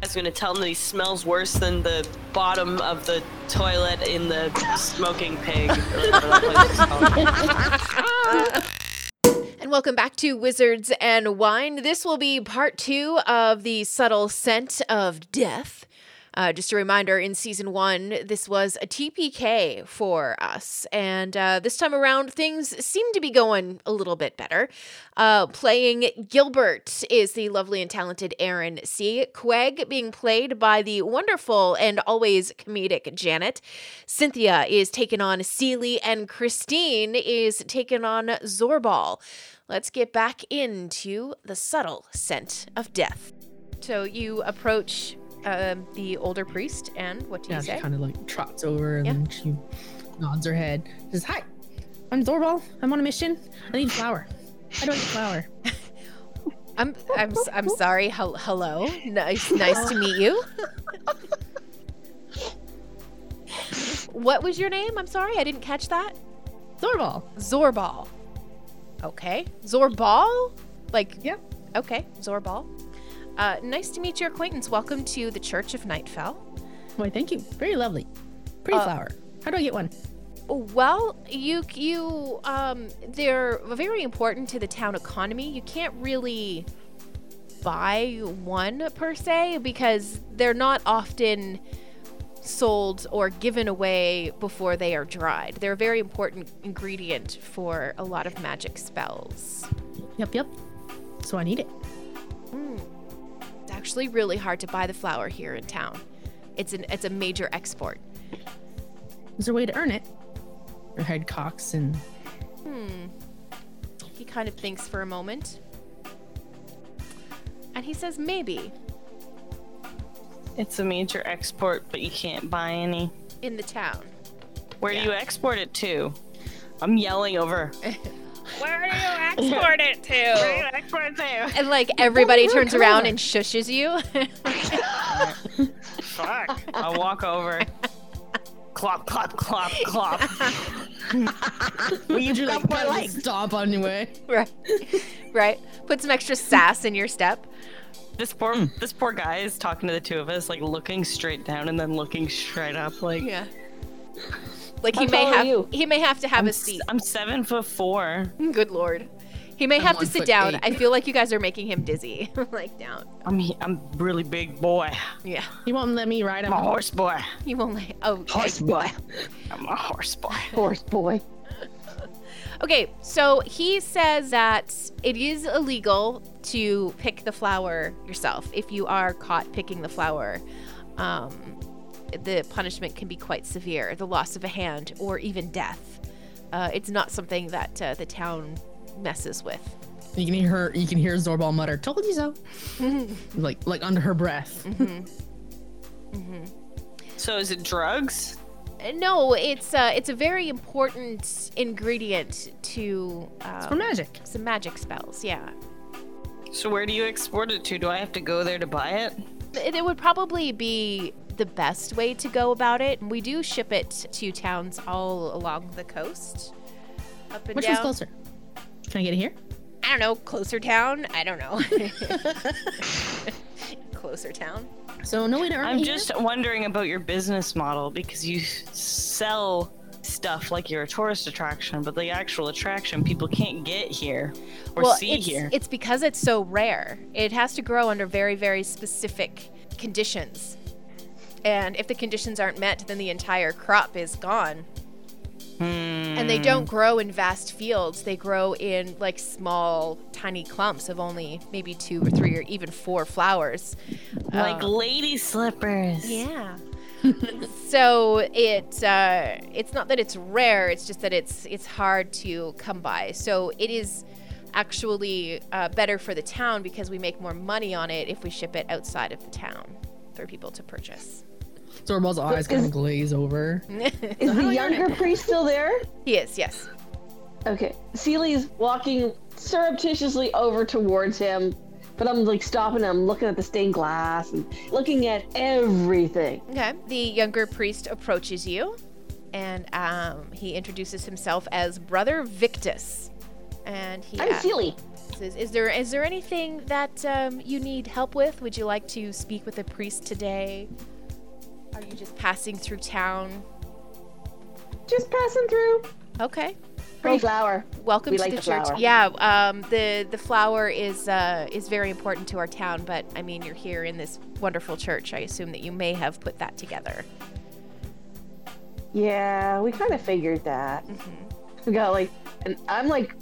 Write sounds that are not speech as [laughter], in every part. was gonna tell him that he smells worse than the bottom of the toilet in the smoking [laughs] pig. or whatever that place is called. And welcome back to Wizards and Wine. This will be part two of the subtle scent of death. Uh, just a reminder in season one, this was a TPK for us. And uh, this time around, things seem to be going a little bit better. Uh, playing Gilbert is the lovely and talented Aaron C. Quegg, being played by the wonderful and always comedic Janet. Cynthia is taken on Seeley, and Christine is taken on Zorbal. Let's get back into the subtle scent of death. So you approach um, the older priest, and what do you Yeah, she say? kind of like trots over and Yeah. then she nods her head. She says, "Hi, I'm Zorbal. I'm on a mission. I need flour. I don't need flour." [laughs] I'm I'm s- I'm sorry. Hel- hello. Nice nice to meet you. what was your name? I'm sorry, I didn't catch that. Zorbal. Zorbal. Okay. Zorbal? Like Yeah. Okay, Zorbal. Uh, nice to meet your acquaintance. Welcome to the Church of Nightfell. Why, thank you. Very lovely. Pretty Uh, flour. How do I get one? Well, you you um they're very important to the town economy. You can't really buy one per se because they're not often sold or given away before they are dried. They're a very important ingredient for a lot of magic spells. Yep, yep. So I need it. Mm. It's actually really hard to buy the flour here in town. It's an it's a major export. Is there a way to earn it? Her head cocks and Hmm. He kind of thinks for a moment. And he says, maybe It's a major export, but you can't buy any. in the town. Where do you export it to? I'm yelling over. Where do you export it to? Where do you export it to? And like everybody look turns around over. and shushes you. [laughs] Fuck. I walk [laughs] over. Clop, clop, clop, [laughs] clop. Will you You're clop like, my gotta legs? stomp on your way. right. Right. Put some extra sass in your step. This poor, this poor guy is talking to the two of us, like looking straight down and then looking straight up. Like Yeah. Like he How may tall are have you? he may have to have I'm, a s- seat. I'm seven foot four. Good lord. He may I'm have to one sit foot down. eight. I feel like you guys are making him dizzy. [laughs] like down. I'm, he- I'm really big boy. Yeah. You won't let me ride I'm a him. horse boy. You won't like oh Horse boy. I'm a horse boy. Horse boy. Okay, so he says that it is illegal to pick the flower yourself. If you are caught picking the flower, um, the punishment can be quite severe the loss of a hand or even death. Uh, it's not something that uh, the town messes with. [laughs] You can hear her. You can hear Zorbal mutter, "Told you [laughs] so." like, like under her [laughs] breath. So is it drugs? Uh, No, it's uh, it's a very important ingredient to It's for um, magic. some magic spells. Yeah, So where do you export it to? Do I have to go there to buy it? It, it would probably be the best way to go about it. We do ship it to towns all along the coast, up and Which down. one's closer? Can I get it here? I don't know, closer town. I don't [laughs] know. [laughs] closer town. So no way to earn it I'm here? just wondering about your business model because you sell stuff like you're a tourist attraction, but the actual attraction people can't get here or see it's, here. it's because it's so rare. It has to grow under very, very specific conditions. And if the conditions aren't met, then the entire crop is gone. And they don't Hmm. grow in vast fields. They grow in like small, tiny clumps of only maybe two or three or even four flowers. like Uh, lady slippers. yeah. [laughs] so it uh, it's not that it's rare. It's just that it's it's hard to come by. So it is actually uh, better for the town because we make more money on it if we ship it outside of the town for people to purchase. Zorbal's eyes kind of glaze over. he Is the younger priest still there? is yes. Okay. Seely's walking surreptitiously over towards him, but I'm like stopping him, looking at the stained glass and looking at everything. Okay. The younger priest approaches you, and um, he introduces himself as Brother Victus, and he I'm uh, Seely. Says, Is there is there anything that um, you need help with? Would you like to speak with a priest today? Are you just passing through town? Just passing through. Okay. Pretty flower. Welcome We to like the, the church. flower. Yeah, um, the the flower is uh, is very important to our town, but I mean you're here in this wonderful church. I assume that you may have put that together. Yeah, we kind of figured that. Mm-hmm. We got like, and I'm like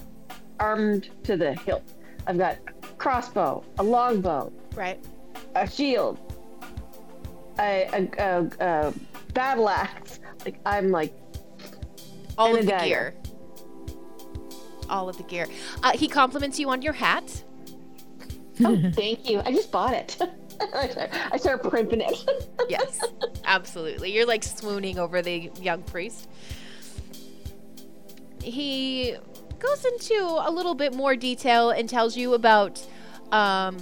armed to the hilt. I've got a crossbow, a longbow, Right. a shield, a, a, a, a battle axe. Like I'm like, [laughs] All And of a the dagger. gear. All of the gear. Uh, he compliments you on your hat. oh, thank you. I just bought it. I start- I start primping it. Yes, absolutely. You're like swooning over the young priest. He goes into a little bit more detail and tells you about um,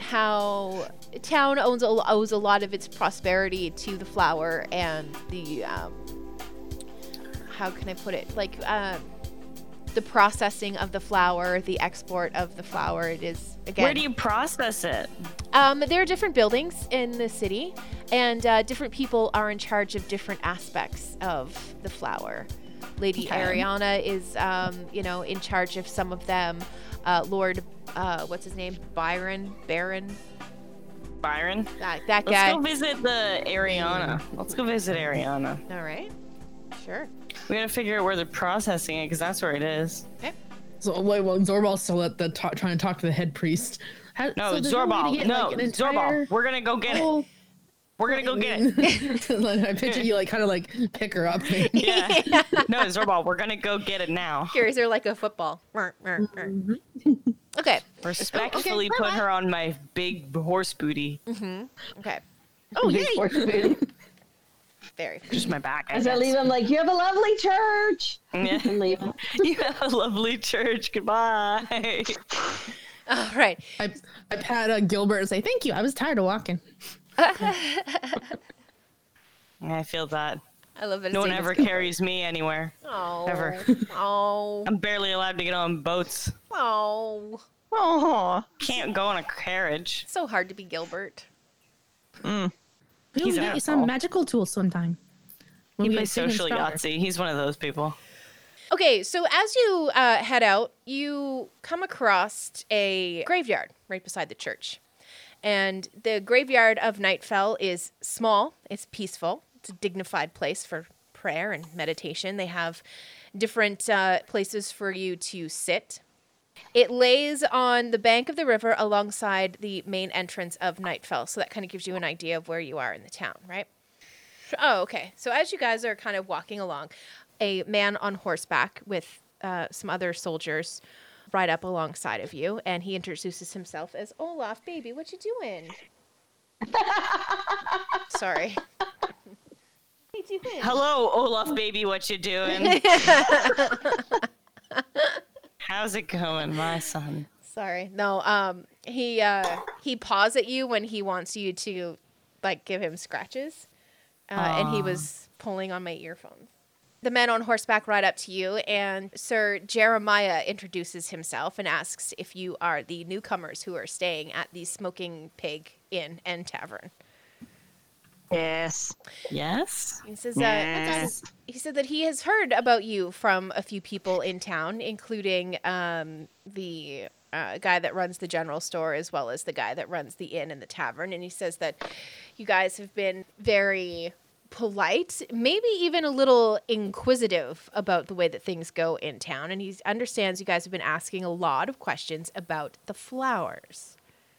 how town owns a, owes a lot of its prosperity to the flower and the um, how can I put it like um, the processing of the flower, the export of the flower. It is again. Where do you process it? Um, there are different buildings in the city, and uh, different people are in charge of different aspects of the flower. Lady Okay. Ariana is, um, you know, in charge of some of them. Uh, Lord, uh, what's his name? Byron, Baron, Byron? that, that Let's guy. go visit the Ariana. Let's go visit Ariana. All right, sure. We gotta figure out where they're processing it because that's where it is. So wait, well, Zorbal's still at the ta- trying to talk to the head priest. How, No, so there's way to Zorbal. get, no, like, an entire Zorbal. We're gonna go get it. whole We're gonna go get it. I picture you [laughs] like kind of like pick her [laughs] up. Yeah. [laughs] No, Zorbal, we're gonna go get it now. Here, is there like a football? Mer, mer, mer. Mm-hmm. okay. Respectfully put her on my big horse booty. Okay. [laughs] oh Big fork spoon. Very. [laughs] Just my back. I As I guess. leave, I'm like, you have a lovely church. [laughs] Yeah. [laughs] And leave. You have a lovely church. Goodbye. [laughs] All right. I, I pat uh, Gilbert and say thank you. I was tired of walking. I feel that. I love it. No one ever carries me anywhere. Oh. ever. Oh. [laughs] I'm barely allowed to get on boats. Oh. Oh, Can't go on a carriage. So hard to be Gilbert. We'll He's get you an asshole. some magical tool sometime. When He we plays get big and social stronger. Yahtzee. He's one of those people. Okay, so as you uh, head out, you come across a graveyard right beside the church. And the graveyard of Nightfell is small, it's peaceful, it's a dignified place for prayer and meditation. They have different uh, places for you to sit. It lays on the bank of the river alongside the main entrance of Nightfell, so that kind of gives you an idea of where you are in the town, right? Oh, okay. So as you guys are kind of walking along, a man on horseback with uh, some other soldiers ride up alongside of you, and he introduces himself as Olaf. Baby, what you [laughs] doing? Sorry. What you doing? Hello, Olaf baby, what you doing? How's it going, my son? Sorry. No. Um. He uh he paws at you when he wants you to, like, give him scratches, uh, and he was pulling on my earphones. The men on horseback ride up to you, and Sir Jeremiah introduces himself and asks if you are the newcomers who are staying at the Smoking Pig Inn and Tavern. yes. Yes? He says, uh, what's up? he said that he has heard about you from a few people in town, including um, the uh, guy that runs the general store as well as the guy that runs the inn and the tavern. And he says that you guys have been very polite, maybe even a little inquisitive about the way that things go in town. And he understands you guys have been asking a lot of questions about the flowers.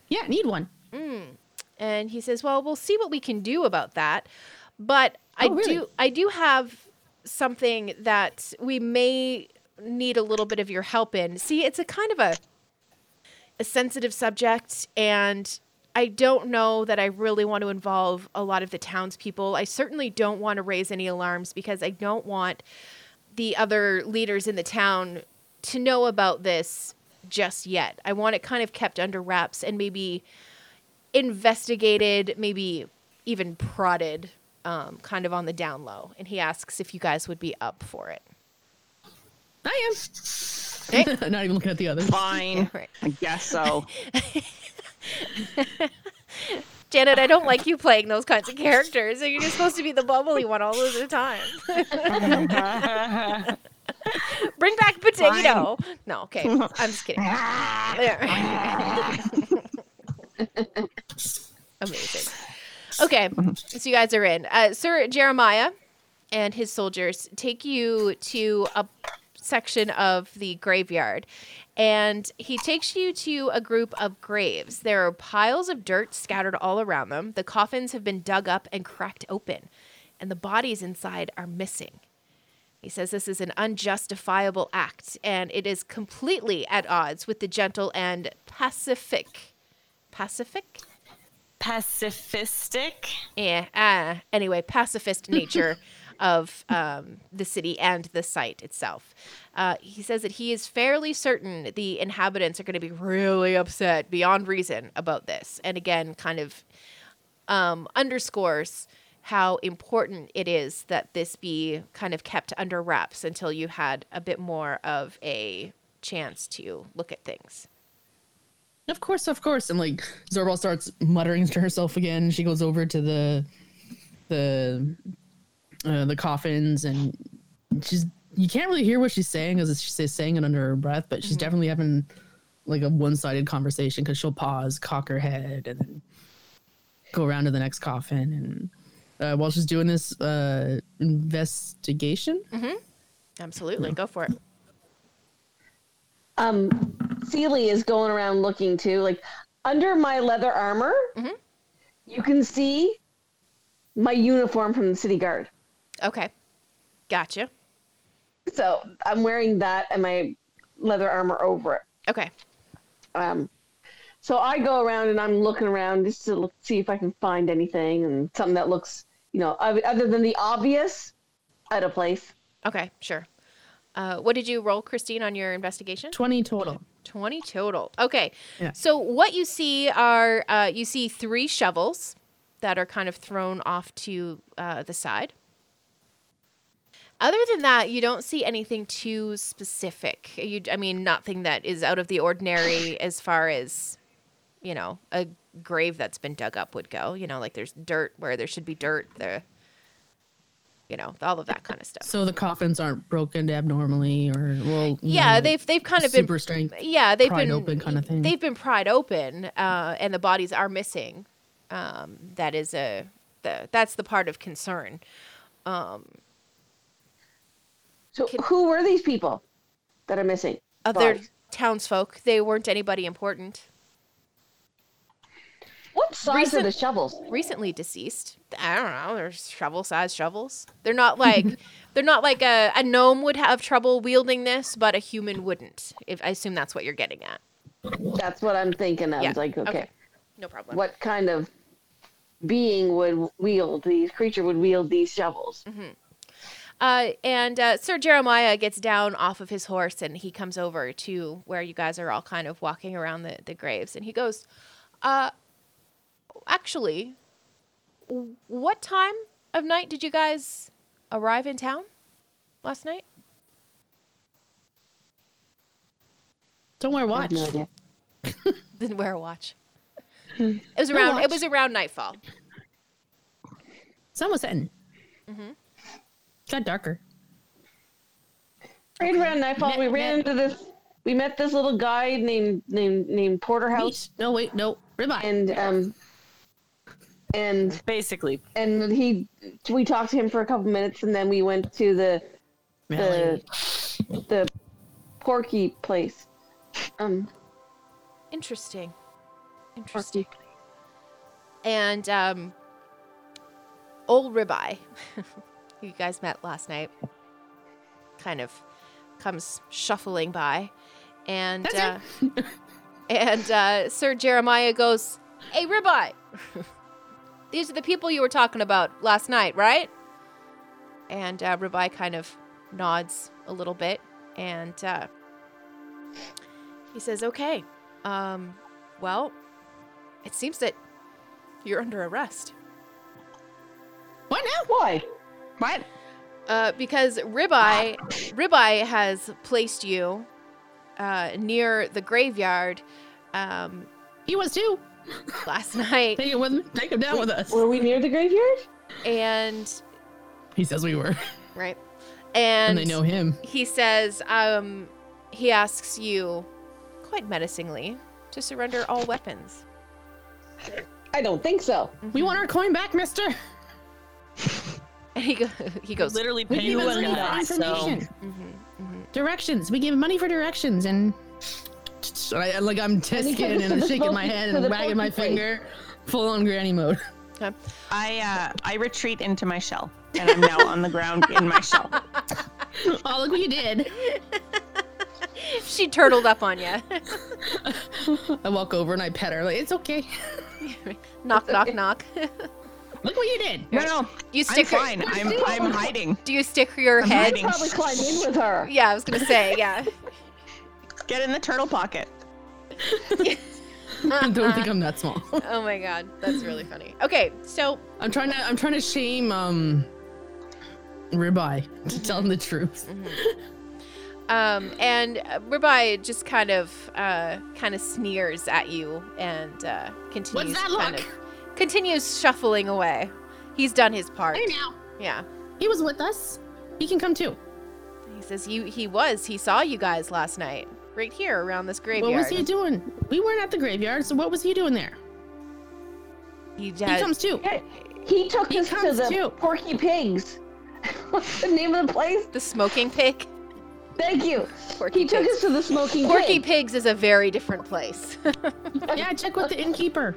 Yeah, need one. And he says, "Well, we'll see what we can do about that, but I Oh, really? do I do have something that we may need a little bit of your help in. See, it's a kind of a a sensitive subject and I don't know that I really want to involve a lot of the townspeople. I certainly don't want to raise any alarms because I don't want the other leaders in the town to know about this just yet. I want it kind of kept under wraps and maybe investigated, maybe even prodded, um, kind of on the down low. And he asks if you guys would be up for it. I am. [laughs] Not even looking at the others. Fine. right. I guess so. [laughs] Janet, I don't like you playing those kinds of characters. You're just supposed to be the bubbly one all of the time. [laughs] Bring back potato. No, okay. [laughs] I'm just kidding. There. Amazing. Okay, so you guys are in. Uh, Sir Jeremiah and his soldiers take you to a section of the graveyard, and he takes you to a group of graves. There are piles of dirt scattered all around them. The coffins have been dug up and cracked open, and the bodies inside are missing. He says this is an unjustifiable act, and it is completely at odds with the gentle and pacific. Pacific? [laughs] Pacifistic. Yeah. Uh, anyway, pacifist nature of um, the city and the site itself. Uh, he says that he is fairly certain the inhabitants are going to be really upset beyond reason about this. And again, kind of um, underscores how important it is that this be kind of kept under wraps until you had a bit more of a chance to look at things. Of course, of course. And like Zorbal starts muttering to herself again. She goes over to the the uh, the coffins, and she's you can't really hear what she's saying because she's saying it under her breath. But she's definitely having like a one sided conversation because she'll pause, cock her head, and then go around to the next coffin. And uh, while she's doing this uh, investigation, Absolutely. Go for it. Um, Seely is going around looking too. Like under my leather armor, you can see my uniform from the city guard. Okay. Gotcha. So I'm wearing that and my leather armor over it. Okay. Um, so I go around and I'm looking around just to look, see if I can find anything and something that looks, you know, oth- other than the obvious, out of place. Okay, sure. Uh, what did you roll, Christine, on your investigation? 20 total. 20 total. Okay. Yeah. So, what you see are uh, you see three shovels that are kind of thrown off to uh, the side. Other than that, you don't see anything too specific. You, I mean, nothing that is out of the ordinary as far as, you know, a grave that's been dug up would go. You know, like there's dirt where there should be dirt. There, you know, all of that kind of stuff. So the coffins aren't broken abnormally, or well, you yeah know, they've they've kind of super been strength. yeah they've pried been open kind of thing. they've been pried open uh, and the bodies are missing um, that is a the, that's the part of concern So who were these people that are missing? other Bodies. townsfolk they weren't anybody important What size Recent- are the shovels? recently deceased i don't know they're shovel sized shovels they're [laughs] not like they're not like a, a gnome would have trouble wielding this but a human wouldn't if i assume that's what you're getting at That's what I'm thinking of. Yeah, It's Like, okay, okay. no problem what kind of being would wield these creature would wield these shovels? Mm-hmm. Uh, and uh, Sir Jeremiah gets down off of his horse and he comes over to where you guys are all kind of walking around the, the graves. And he goes, uh, Actually, w- what time of night did you guys arrive in town last night? [laughs] Don't wear a I watch. have no idea. Didn't wear a watch. It was around. It was around nightfall. Sun was setting. Got darker. Right around nightfall, we ran into this. We met this little guy named named named Porterhouse, Meat. No, wait, no. Ribeye. and um, and Basically, and he we talked to him for a couple minutes, and then we went to the the Melody. the Porky place. Um, Interesting. Interesting. Porky. and um, old ribeye, [laughs] who you guys met last night, kind of comes shuffling by, and uh, [laughs] and uh, Sir Jeremiah goes, "Hey, ribeye, [laughs] these are the people you were talking about last night, right?" And uh, ribeye kind of nods a little bit, and uh, he says, "Okay, um, well, it seems that you're under arrest. What now? Why? What? Uh, because Ribeye, Ribeye has placed you uh, near the graveyard um, He was too. last [laughs] night, Take it with him. Take him down with us. Were we near the graveyard? and He says we were. [laughs] right, And and, they know him. he says, um, he asks you quite menacingly to surrender all weapons. [laughs] I don't think so. Mm-hmm. We want our coin back, mister. And he go- he goes, Literally We paying gave him this money for guy, so information. Directions. We gave him money for directions and and I, like I'm [laughs] tisking to and the shaking my pokey- head to and the wagging my pokey place. finger. Full on granny mode. [laughs] I uh, I retreat into my shell, and I'm now on the ground in my shell. oh look what you did. she turtled up on you. I walk over and I pet her, like, it's okay. [laughs] [laughs] knock, knock, knock. [laughs] Look what you did. [laughs] No, no, You I'm stick. fine. Your, I'm I'm hiding. do you stick your I head? hiding. probably climbed in with her. Yeah, I was gonna say. Yeah. Get in the turtle pocket. Don't think I'm that small. Oh my god, that's really funny. Okay, so I'm trying to I'm trying to shame um Ribeye to tell him the truth. Mm-hmm. um, and uh, Ribai just kind of uh, kind of sneers at you and uh, continues that kind look? of- continues shuffling away. He's done his part. Hey now. Yeah. He was with us. He can come too. He says you he was he saw you guys last night right here around this graveyard. What was he doing? We weren't at the graveyard, so what was he doing there? He He had- comes too. Yeah, He took He us to comes the too. Porky Pigs. [laughs] What's the name of the place? the smoking pig. Thank you. Porky he took Pigs. us to the Smoking Porky Pig. Pigs is a very different place. [laughs] Yeah, check with the innkeeper.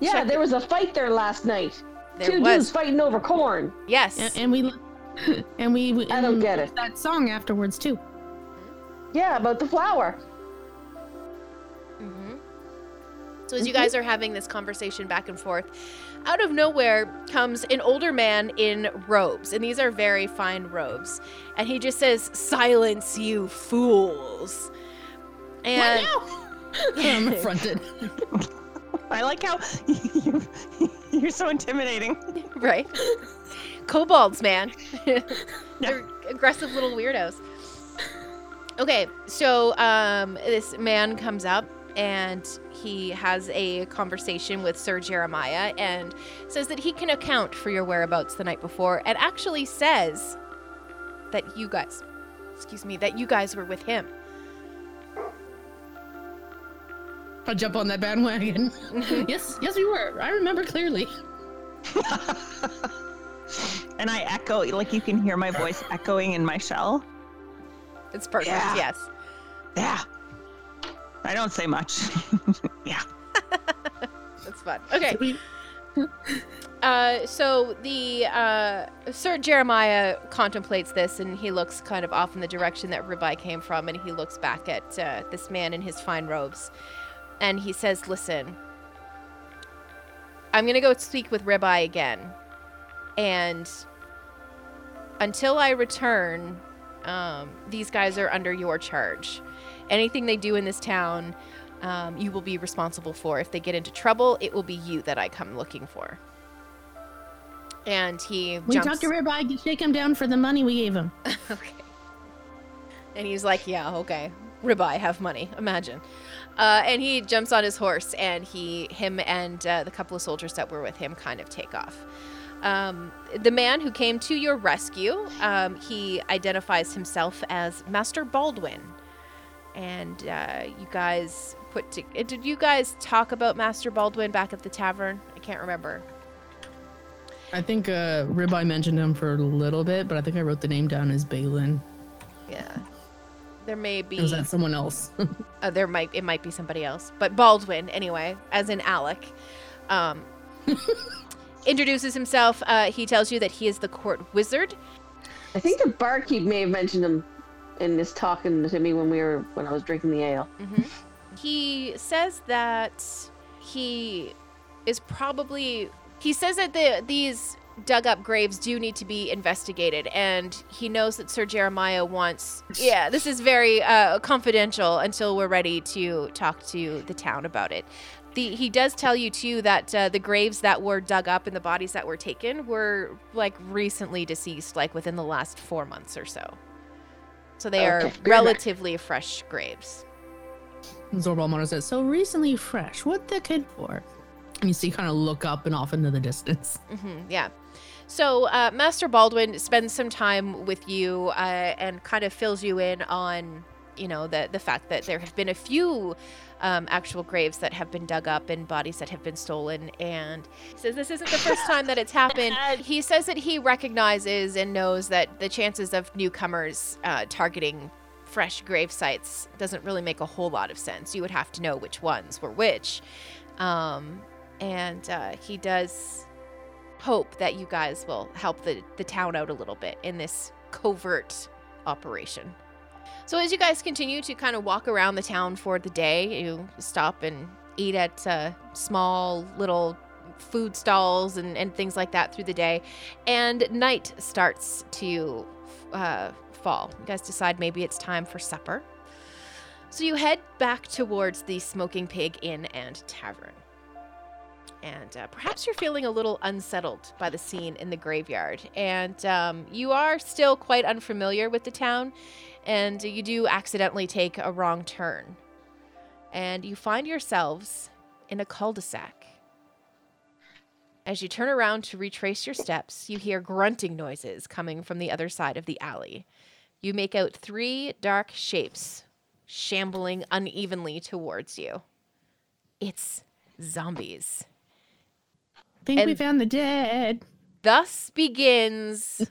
yeah, there was a fight there last night. There Two dudes was fighting over corn. yes. And, [laughs] and we and we and I don't get it. That song afterwards too. Yeah, about the flower. So as you guys are having this conversation back and forth, out of nowhere comes an older man in robes, and these are very fine robes. And he just says, "Silence, you fools!" And [laughs] I'm affronted. I like how [laughs] you, you're so intimidating. right, kobolds, man, they're aggressive little weirdos. Okay, so um, this man comes up and he has a conversation with Sir Jeremiah and says that he can account for your whereabouts the night before and actually says that you guys, excuse me, that you guys were with him. I'll jump on that [laughs] bandwagon. yes, yes, we were. I remember clearly. And I echo, like you can hear my voice echoing in my shell. It's perfect, Yeah. yes. Yeah. I don't say much. [laughs] yeah. That's fun. Okay. We- Uh, so the uh, Sir Jeremiah contemplates this, and he looks kind of off in the direction that Ribai came from, and he looks back at uh, this man in his fine robes, and he says, "Listen, I'm gonna go speak with Ribai again, and until I return, um, these guys are under your charge. Anything they do in this town." Um, you will be responsible for. If they get into trouble, it will be you that I come looking for and he We jumps. talked to Ribeye. you Shake him down for the money we gave him. okay. And he's like, "Yeah, okay, ribeye, have money. Imagine." Uh, and he jumps on his horse, and he, him, and uh, the couple of soldiers that were with him kind of take off. Um, the man who came to your rescue, um, he identifies himself as Master Baldwin, and uh, you guys put. To- uh, did you guys talk about Master Baldwin back at the tavern? I can't remember. I think uh, Ribeye mentioned him for a little bit, but I think I wrote the name down as Balin. Yeah, there may be. It was that someone else. [laughs] uh, there might it might be somebody else, but Baldwin anyway, as in Alec, um, introduces himself. Uh, he tells you that he is the court wizard. I think the barkeep may have mentioned him in this talking to me when we were when I was drinking the ale. He says that he is probably he says that the these dug up graves do need to be investigated and he knows that sir jeremiah wants yeah this is very uh, confidential until we're ready to talk to the town about it the, he does tell you too that uh, the graves that were dug up and the bodies that were taken were like recently deceased like within the last four months or so So they are Okay, be right back. relatively fresh graves. Zorbal Mono says, So recently fresh. What the kid for? And you see, kind of look up and off into the distance. hmm yeah. So uh, Master Baldwin spends some time with you uh, and kind of fills you in on, you know, the the fact that there have been a few um, actual graves that have been dug up and bodies that have been stolen. And he says this isn't the first time that it's happened. He says that he recognizes and knows that the chances of newcomers uh, targeting fresh grave sites doesn't really make a whole lot of sense. You would have to know which ones were which. Um, and uh, he does hope that you guys will help the, the town out a little bit in this covert operation. So, as you guys continue to kind of walk around the town for the day, you stop and eat at uh, small little food stalls and, and things like that through the day. And night starts to uh, fall. You guys decide maybe it's time for supper. So, you head back towards the Smoking Pig Inn and Tavern and uh, perhaps you're feeling a little unsettled by the scene in the graveyard. And um, you are still quite unfamiliar with the town, and you do accidentally take a wrong turn. And you find yourselves in a cul de sac. As you turn around to retrace your steps, you hear grunting noises coming from the other side of the alley. You make out three dark shapes shambling unevenly towards you. It's zombies. Think we And- found the dead. thus begins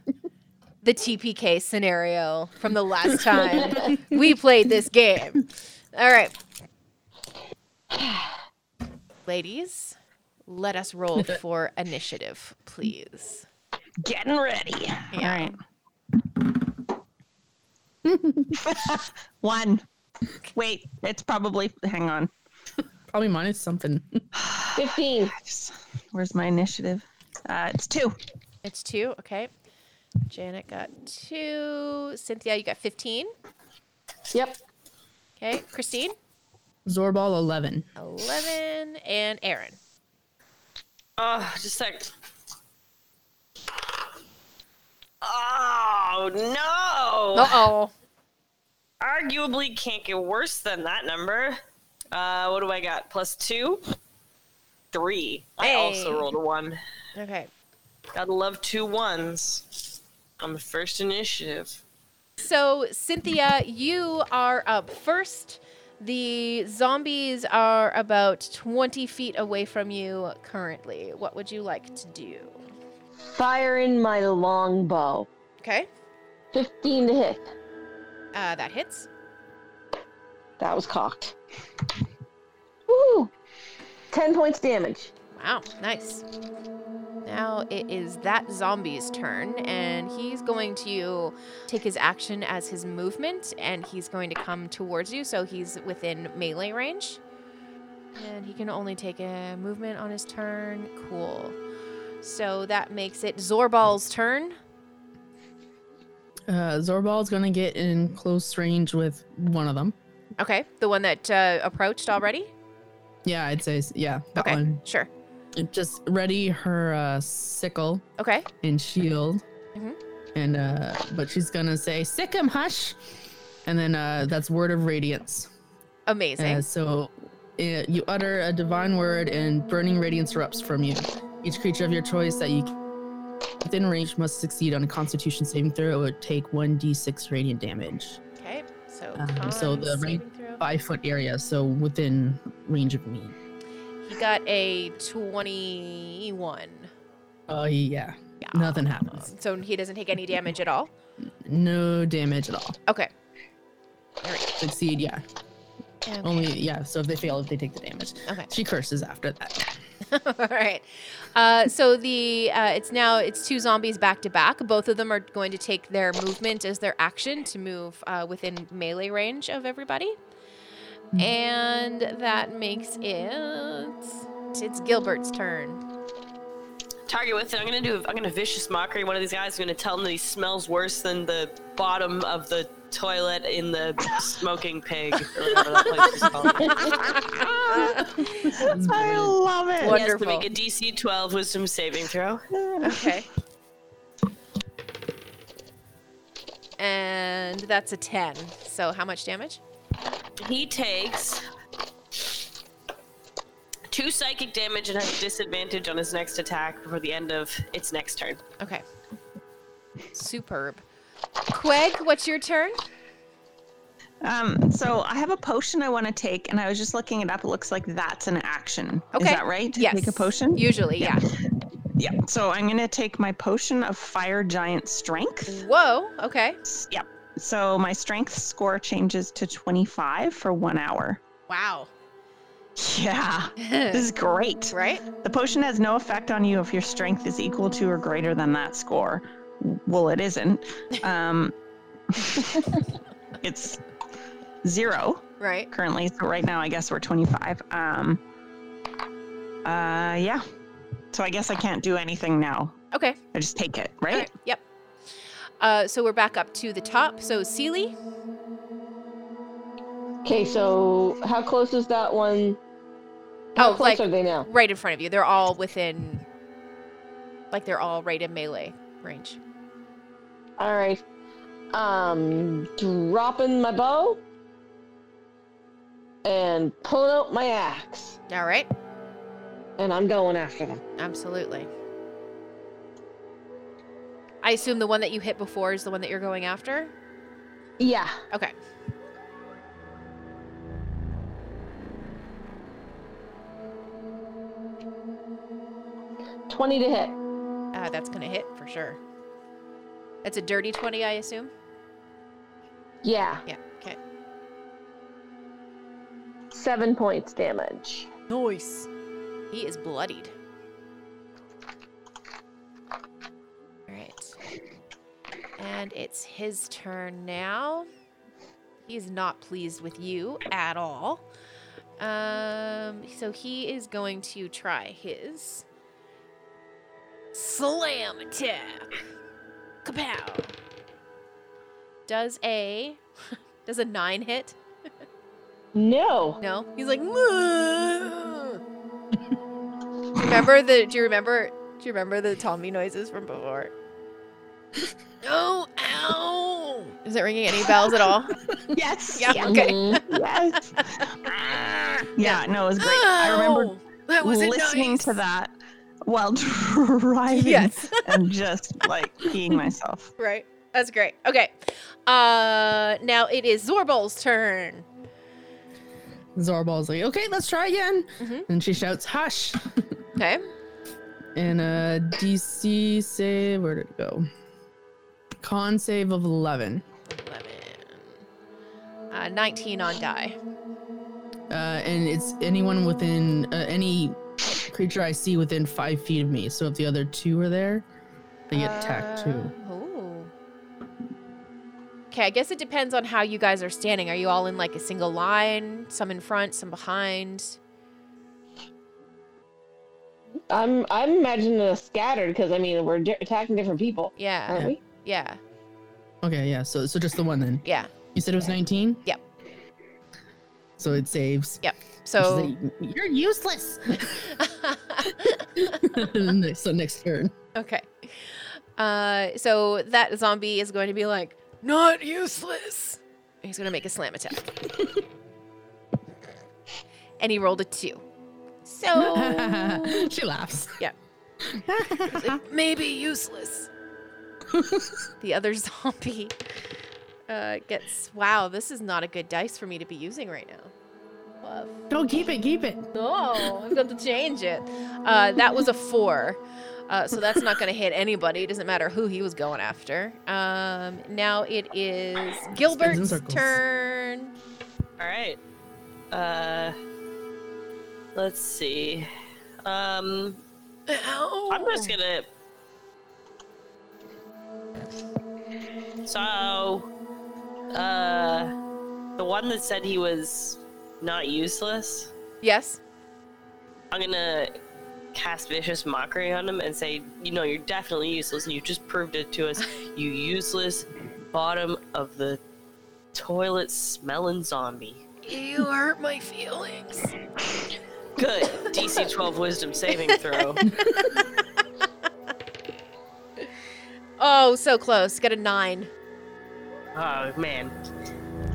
the TPK scenario from the last time we played this game. All right. [sighs] Ladies, let us roll for initiative, please. Getting ready. Yeah. All right. [laughs] One. Wait, it's probably. Hang on. Probably minus something. [laughs] 15. Where's my initiative? Uh, it's two. It's two. Okay. Janet got two. Cynthia, you got 15. Yep. Okay. Christine, Zorbal 11. 11. And Aaron. Oh, just a sec. Oh no! Uh oh. Arguably can't get worse than that number. Uh, what do I got? Plus two, three. I Hey. also rolled a one. Okay. Gotta love two ones on the first initiative. So, Cynthia, you are up first. The zombies are about 20 feet away from you currently. What would you like to do? Fire in my longbow. Okay. 15 to hit. Uh, that hits. That was cocked. Woo! 10 points damage. Wow, nice. Now it is that zombie's turn, and he's going to take his action as his movement, and he's going to come towards you, so he's within melee range. And he can only take a movement on his turn. Cool. So that makes it Zorbal's turn. Uh, Zorbal's going to get in close range with one of them. Okay, the one that uh, approached already? Yeah, I'd say, s- yeah, that Okay, one. sure. Just ready her uh, sickle Okay, and shield. Mhm. And, uh, but she's going to say, Sick him, hush. And then uh, that's Word of Radiance. amazing. Uh, so uh, you utter a divine word, and burning radiance erupts from you. Each creature of your choice that you within range must succeed on a Constitution saving throw or take 1d6 radiant damage. Okay, so, um, so con the range- saving throw. Five foot area, so within range of me. he got a 21. Oh yeah, Yeah. nothing happens. [laughs] So he doesn't take any damage at all. No damage at all. Okay. Succeed, yeah. Okay. Only yeah. So if they fail, if they take the damage, Okay. [laughs] she curses after that. all right. Uh, so the uh, it's now it's two zombies back to back. Both of them are going to take their movement as their action to move uh, within melee range of everybody, and that makes it it's Gilbert's turn. Target with it. I'm gonna do. I'm gonna vicious mockery one of these guys. I'm gonna tell him that he smells worse than the bottom of the toilet in the smoking pig. Or whatever that place is called. That's I brilliant. love it. He has to Wonderful. [laughs] make a DC 12 Wisdom saving throw. Okay. and that's a 10. So how much damage? He takes two psychic damage and has disadvantage on his next attack before the end of its next turn. Okay. Superb. Queg, what's your turn? Um, so I have a potion I want to take, and I was just looking it up. It looks like that's an action. Okay. Is that right? To Yes. Take a potion. Usually, yeah. yeah. So I'm gonna take my potion of fire giant strength. Whoa, okay. S- Yep. So my strength score changes to 25 for one hour. Wow. Yeah. This is great. [laughs] right? The potion has no effect on you if your strength is equal to or greater than that score. Well, it isn't. Um, [laughs] it's zero Right. currently. So right now, I guess we're 25. Um, uh, yeah. So I guess I can't do anything now. Okay. I just take it, All right? right. Yep. Uh, so we're back up to the top. So Seely, Okay, so how close is that one? How Oh, close like- are they now? right in front of you. They're all within, like they're all right in melee range. All right. Um, dropping my bow and pulling out my axe, All right. and I'm going after them. Absolutely. I assume the one that you hit before is the one that you're going after. Yeah. Okay. Twenty to hit. Uh, that's gonna hit for sure. That's a dirty twenty, I assume. Yeah. Yeah. Okay. Seven points damage. Nice. He is bloodied. All right. And it's his turn now. He is not pleased with you at all. Um, so he is going to try his slam attack. Kapow. Does a [laughs] does a nine hit? No. No, he's like. [laughs] "Mwah." remember the? Do you remember? Do you remember the Tommy noises from before? [gasps] No, ow! Is it ringing any bells at all? Yes. [laughs] Yeah. Okay. Mm-hmm. [laughs] Mhm. Yes. Ah, yeah, no, it was great. I remember Ow! Oh, that wasn't listening to nice. that while [laughs] driving Yes. [laughs] and just like peeing myself. right. That's great. Okay. Uh, now it is Zorbal's turn. Zorbal's like, okay, let's try again. Mhm. And she shouts, hush. Okay. And uh, a DC save, where did it go? Con save of 11. Eleven. Uh, nineteen on die. Uh, and it's anyone within uh, any creature I see within five feet of me. So if the other two are there, they get Uh, attacked too. Oh. Okay, I guess it depends on how you guys are standing. Are you all in like a single line? Some in front, some behind. I'm I'm imagining us scattered because I mean we're di- attacking different people, Yeah, aren't we? yeah, Okay, yeah. So so just the one then. yeah. You said it was 19. Yep. So it saves. So, She's like, you're useless. [laughs] so next turn. [laughs] [laughs] okay. Uh, so that zombie is going to be like not useless. He's going to make a slam attack, and he rolled a two. [laughs] So she laughs. maybe useless. the other zombie uh, gets. Wow, this is not a good dice for me to be using right now. Love. Don't keep it. Keep it. No, I've got to change it. Uh, that was a four. Uh, so that's not going to hit anybody. It doesn't matter who he was going after. Um, now it is Gilbert's circles. turn. All right. Uh, let's see. Um, I'm just gonna. So, uh, the one that said he was not useless, Yes. I'm gonna cast vicious mockery on him and say, you know, you're definitely useless, and you just proved it to us. You useless bottom of the toilet smelling zombie. You hurt my feelings. Good. DC 12 wisdom saving throw. Oh, so close. Got a nine. Oh man.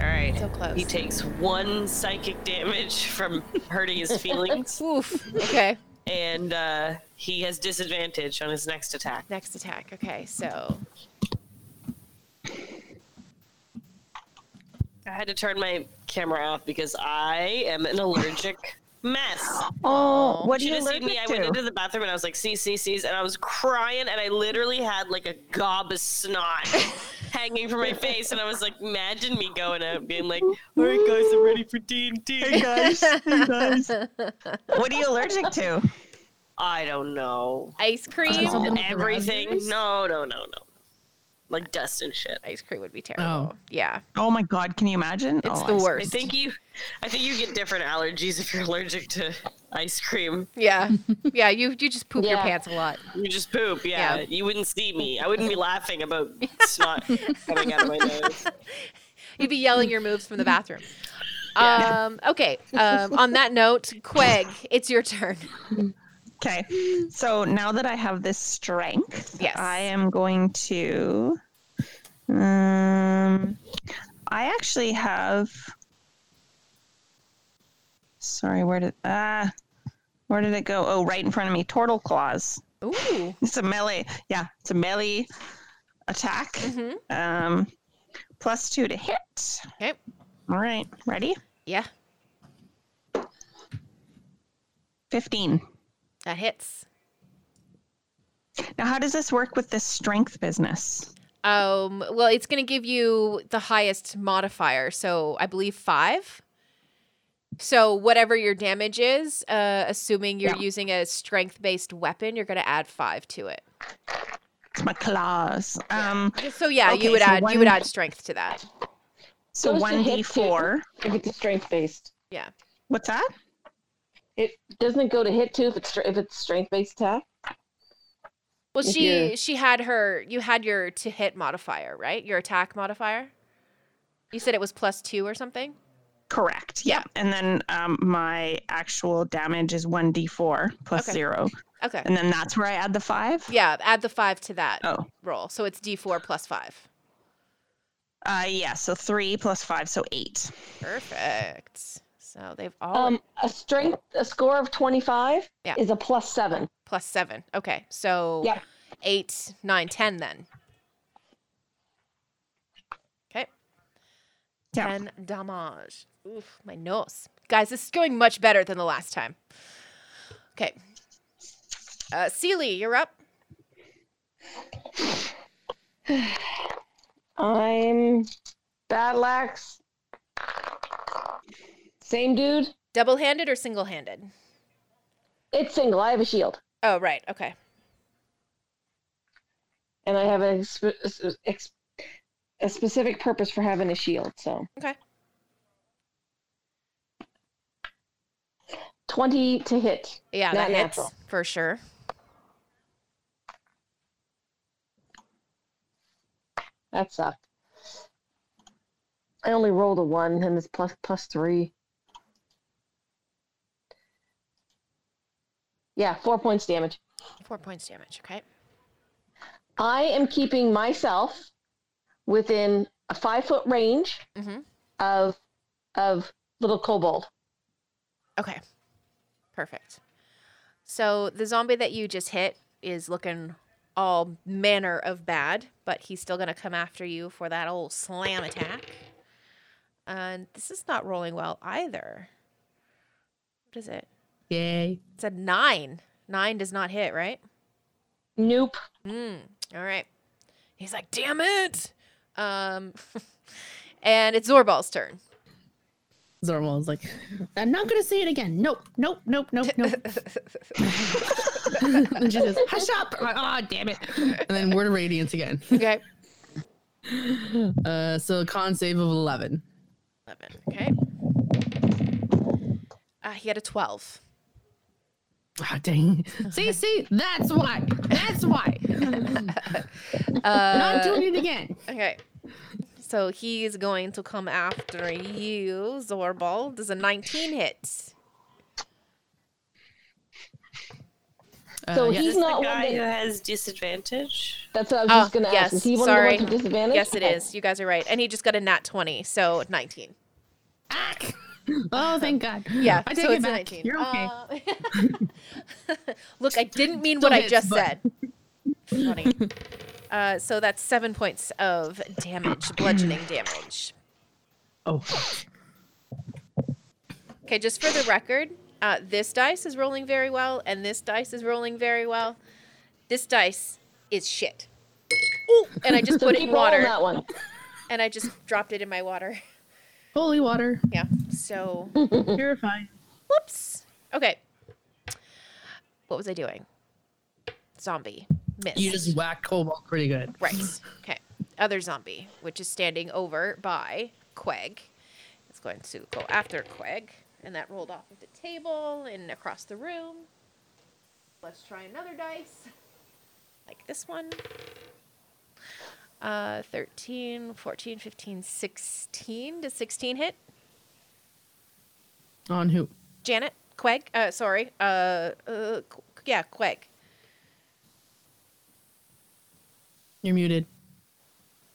All right. So close. He takes one psychic damage from hurting [laughs] his feelings, Oof. Okay. and uh, he has disadvantage on his next attack. Next attack. Okay, so I had to turn my camera off because I am an allergic mess. Oh, what do Should you have seen allergic me. I went to? into the bathroom and I was like, see, see, sees, and I was crying, and I literally had like a gob of [laughs] snot hanging from my face, and I was like, imagine me going out and being like, all right, guys, I'm ready for D&D. guys, [laughs] hey [laughs] guys. what are you allergic [laughs] to? I don't know. ice cream. Something with the Everything. raspberries? No, no, no, no. Like dust and shit. Ice cream would be terrible. Yeah, Oh my god, can you imagine? it's Oh, the I I see. worst. think you, I think you get different allergies if you're allergic to ice cream. Yeah, [laughs] yeah. You you just poop your Yeah. pants a lot. You just poop. Yeah, Yeah. you wouldn't see me. I wouldn't be laughing about [laughs] snot coming out of my nose. You'd be yelling your moves from the [laughs] bathroom. Um, okay. Um, on that note, Quag, it's your turn. Okay. So now that I have this strength, Yes. I am going to. Um, I actually have. Sorry, where did ah, where did it go? Oh, right in front of me, turtle claws. [laughs] Ooh. It's a melee. Yeah, it's a melee attack. Mhm. Um, plus two to hit. Okay. All right, ready? Yeah, Fifteen. that hits. Now, how does this work with this strength business? Um, well, it's going to give you the highest modifier. So I believe five. So whatever your damage is, uh, assuming you're Yeah. using a strength based weapon, you're going to add five to it. It's my claws. Um, So yeah, Okay, you would so add you would one- add strength to that. So Goes to one d hit too. four. If it's strength based, What's that? it doesn't it go to hit two if it's stre- if it's strength based attack. Well, If she you're- she had her you had your to hit modifier, right? Your attack modifier. You said it was plus 2 or something? Correct. Yeah. And then um, my actual damage is one d four plus Okay. zero, Okay. and then that's where I add the five. Yeah, add the 5 to that Oh, roll. So it's d4 plus 5. uh, yeah. So three plus five, so eight. Perfect. So they've all Um, a strength a score of twenty five Oh. Yeah. is a plus seven. plus 7. Okay. So Yeah. eight, nine, ten. then. Okay. Yeah. 10 damage. Oof, my nose. Guys, this is going much better than the last time. Okay. Uh, Seely, you're up. I'm battle axe. Same dude. Double handed or single handed? It's single. I have a shield, Oh, right. Okay. and I have a, sp- a s- ex- a specific purpose for having a shield. So Okay. twenty to hit. Yeah, that Not hits natural. for sure. That sucked. I only rolled a one, and it's plus plus three. Yeah, four points damage. Four points damage. Okay. I am keeping myself within a five foot range Mhm. of of little kobold. Okay. Perfect. So the zombie that you just hit is looking all manner of bad, but he's still going to come after you for that old slam attack. And this is not rolling well either. What is it? Yay. It's a nine. Nine does not hit, right? Nope. Mm, all right. He's like, damn it. Um, [laughs] and it's Zorbal's turn. Zormal is like, I'm not gonna say it again. Nope, nope, nope, nope, [laughs] nope. and she says, hush up. I'm like, oh, damn it. And then word of radiance again. [laughs] Okay. Uh, so con save of 11. 11. Okay. Uh, he had a 12. Ah, dang. see, see, that's why. That's why. Uh, not doing it again. okay. So he's going to come after you, Zorbal. Does a 19 hit? Uh, So yeah. he's The not one guy who that, has disadvantage. That's what I was Oh, just gonna yes, ask. Is he one sorry. of the ones with disadvantage? Yes, it Okay. is. You guys are right. And he just got a nat 20, so 19. Oh, thank God. Yeah, I take so it it's a back. 19. You're okay. [laughs] Uh, [laughs] look, I didn't mean Still what I hits, just but- said. Funny. Uh, so that's seven points of [clears throat] damage, bludgeoning damage. oh, Okay, just for the record, uh, this dice is rolling very well, and this dice is rolling very well. This dice is shit. Ooh, and I just So put it [laughs] keep in rolling water, that one. and I just dropped it in my water. holy water, Yeah. [laughs] So, purifying. whoops. Okay. What was I doing? Zombie. Miss. You just whack cobalt pretty good. Right. Okay. Other zombie, which is standing over by Queg. It's going to go after Queg. And that rolled off of the table and across the room. Let's try another dice. Like this one. Uh, 13, 14, 15, 16. Does 16 hit? On who? Janet? Queg? Uh, sorry. Uh, uh, Qu- yeah, Queg. You're muted.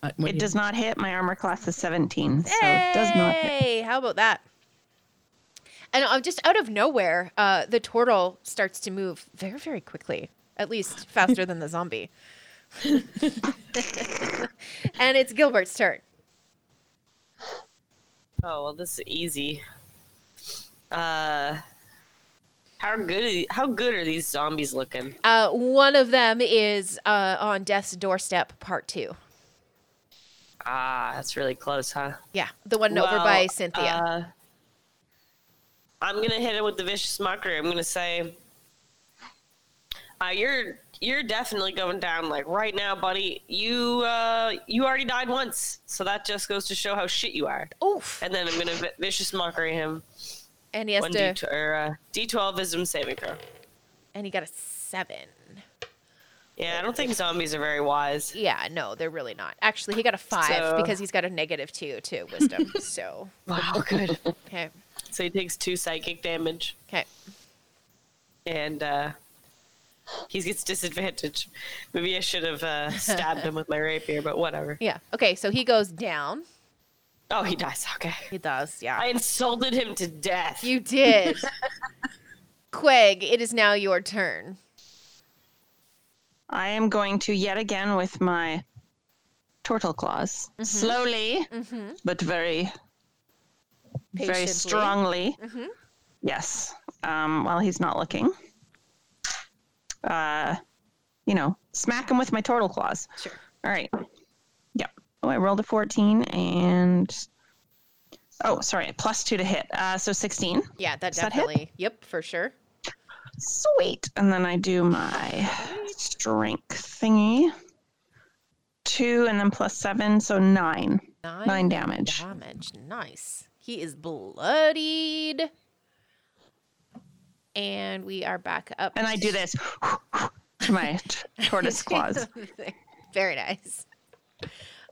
Uh, wait, It does not hit. My armor class is 17, so hey, it does not hit. how about that? And uh, just out of nowhere, uh, the turtle starts to move very, very quickly. At least [laughs] faster than the zombie. [laughs] and it's Gilbert's turn. Oh well, this is easy. Uh, how good? Are, how good are these zombies looking? Uh, one of them is uh, on death's doorstep, part two. Ah, that's really close, huh? Yeah, the one over Well, by Cynthia. uh, I'm gonna hit it with the vicious mockery. I'm gonna say, uh, "You're you're definitely going down like right now, buddy. You uh, you already died once, so that just goes to show how shit you are." Oof! uh, And then I'm gonna vi- vicious mockery him. And he has One to, D or uh, D12 Wisdom saving throw. and he got a seven. Yeah, I don't think zombies are very wise. Yeah, no, they're really not. Actually, he got a five So- because he's got a negative two to [laughs] wisdom. so, Wow, good. okay, [laughs] so he takes two psychic damage, okay. and uh, he gets disadvantage. Maybe I should have uh, stabbed him with my rapier, but whatever. Yeah. Okay. So he goes down. Oh, he dies. Okay. He does. Yeah. I insulted him to death. you did. Quig, it is now your turn. I am going to yet again with my turtle claws, slowly Mm-hmm. but very, very Patiently. strongly. Mhm. Yes, um, while he's not looking. Uh, you know, smack him with my turtle claws. Sure. All right. Yep. Oh, I rolled a 14 and. Oh, sorry, plus two to hit. Uh, so 16. Yeah, that Does that hit? definitely. yep, for sure. Sweet. And then I do my strength thingy. Two and then plus seven, so nine. Nine, Nine damage. Damage. Nice. He is bloodied. And we are back up. And I do this [laughs] to my t- tortoise [laughs] claws. Very nice.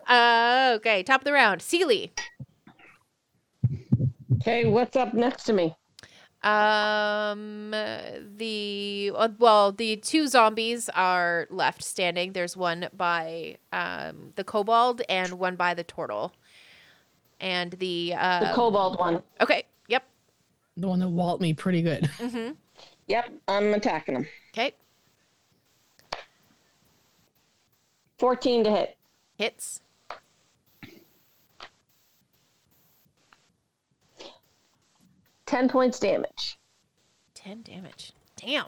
Uh, okay, top of the round. Seely. Okay, what's up next to me? Um, the uh, well, the two zombies are left standing. There's one by um the kobold and one by the turtle, and the uh The cobalt one. okay, yep, The one that walled me pretty good. mm-hmm, Yep, I'm attacking him. okay, 14 to hit. hits, Ten points damage. ten damage. Damn.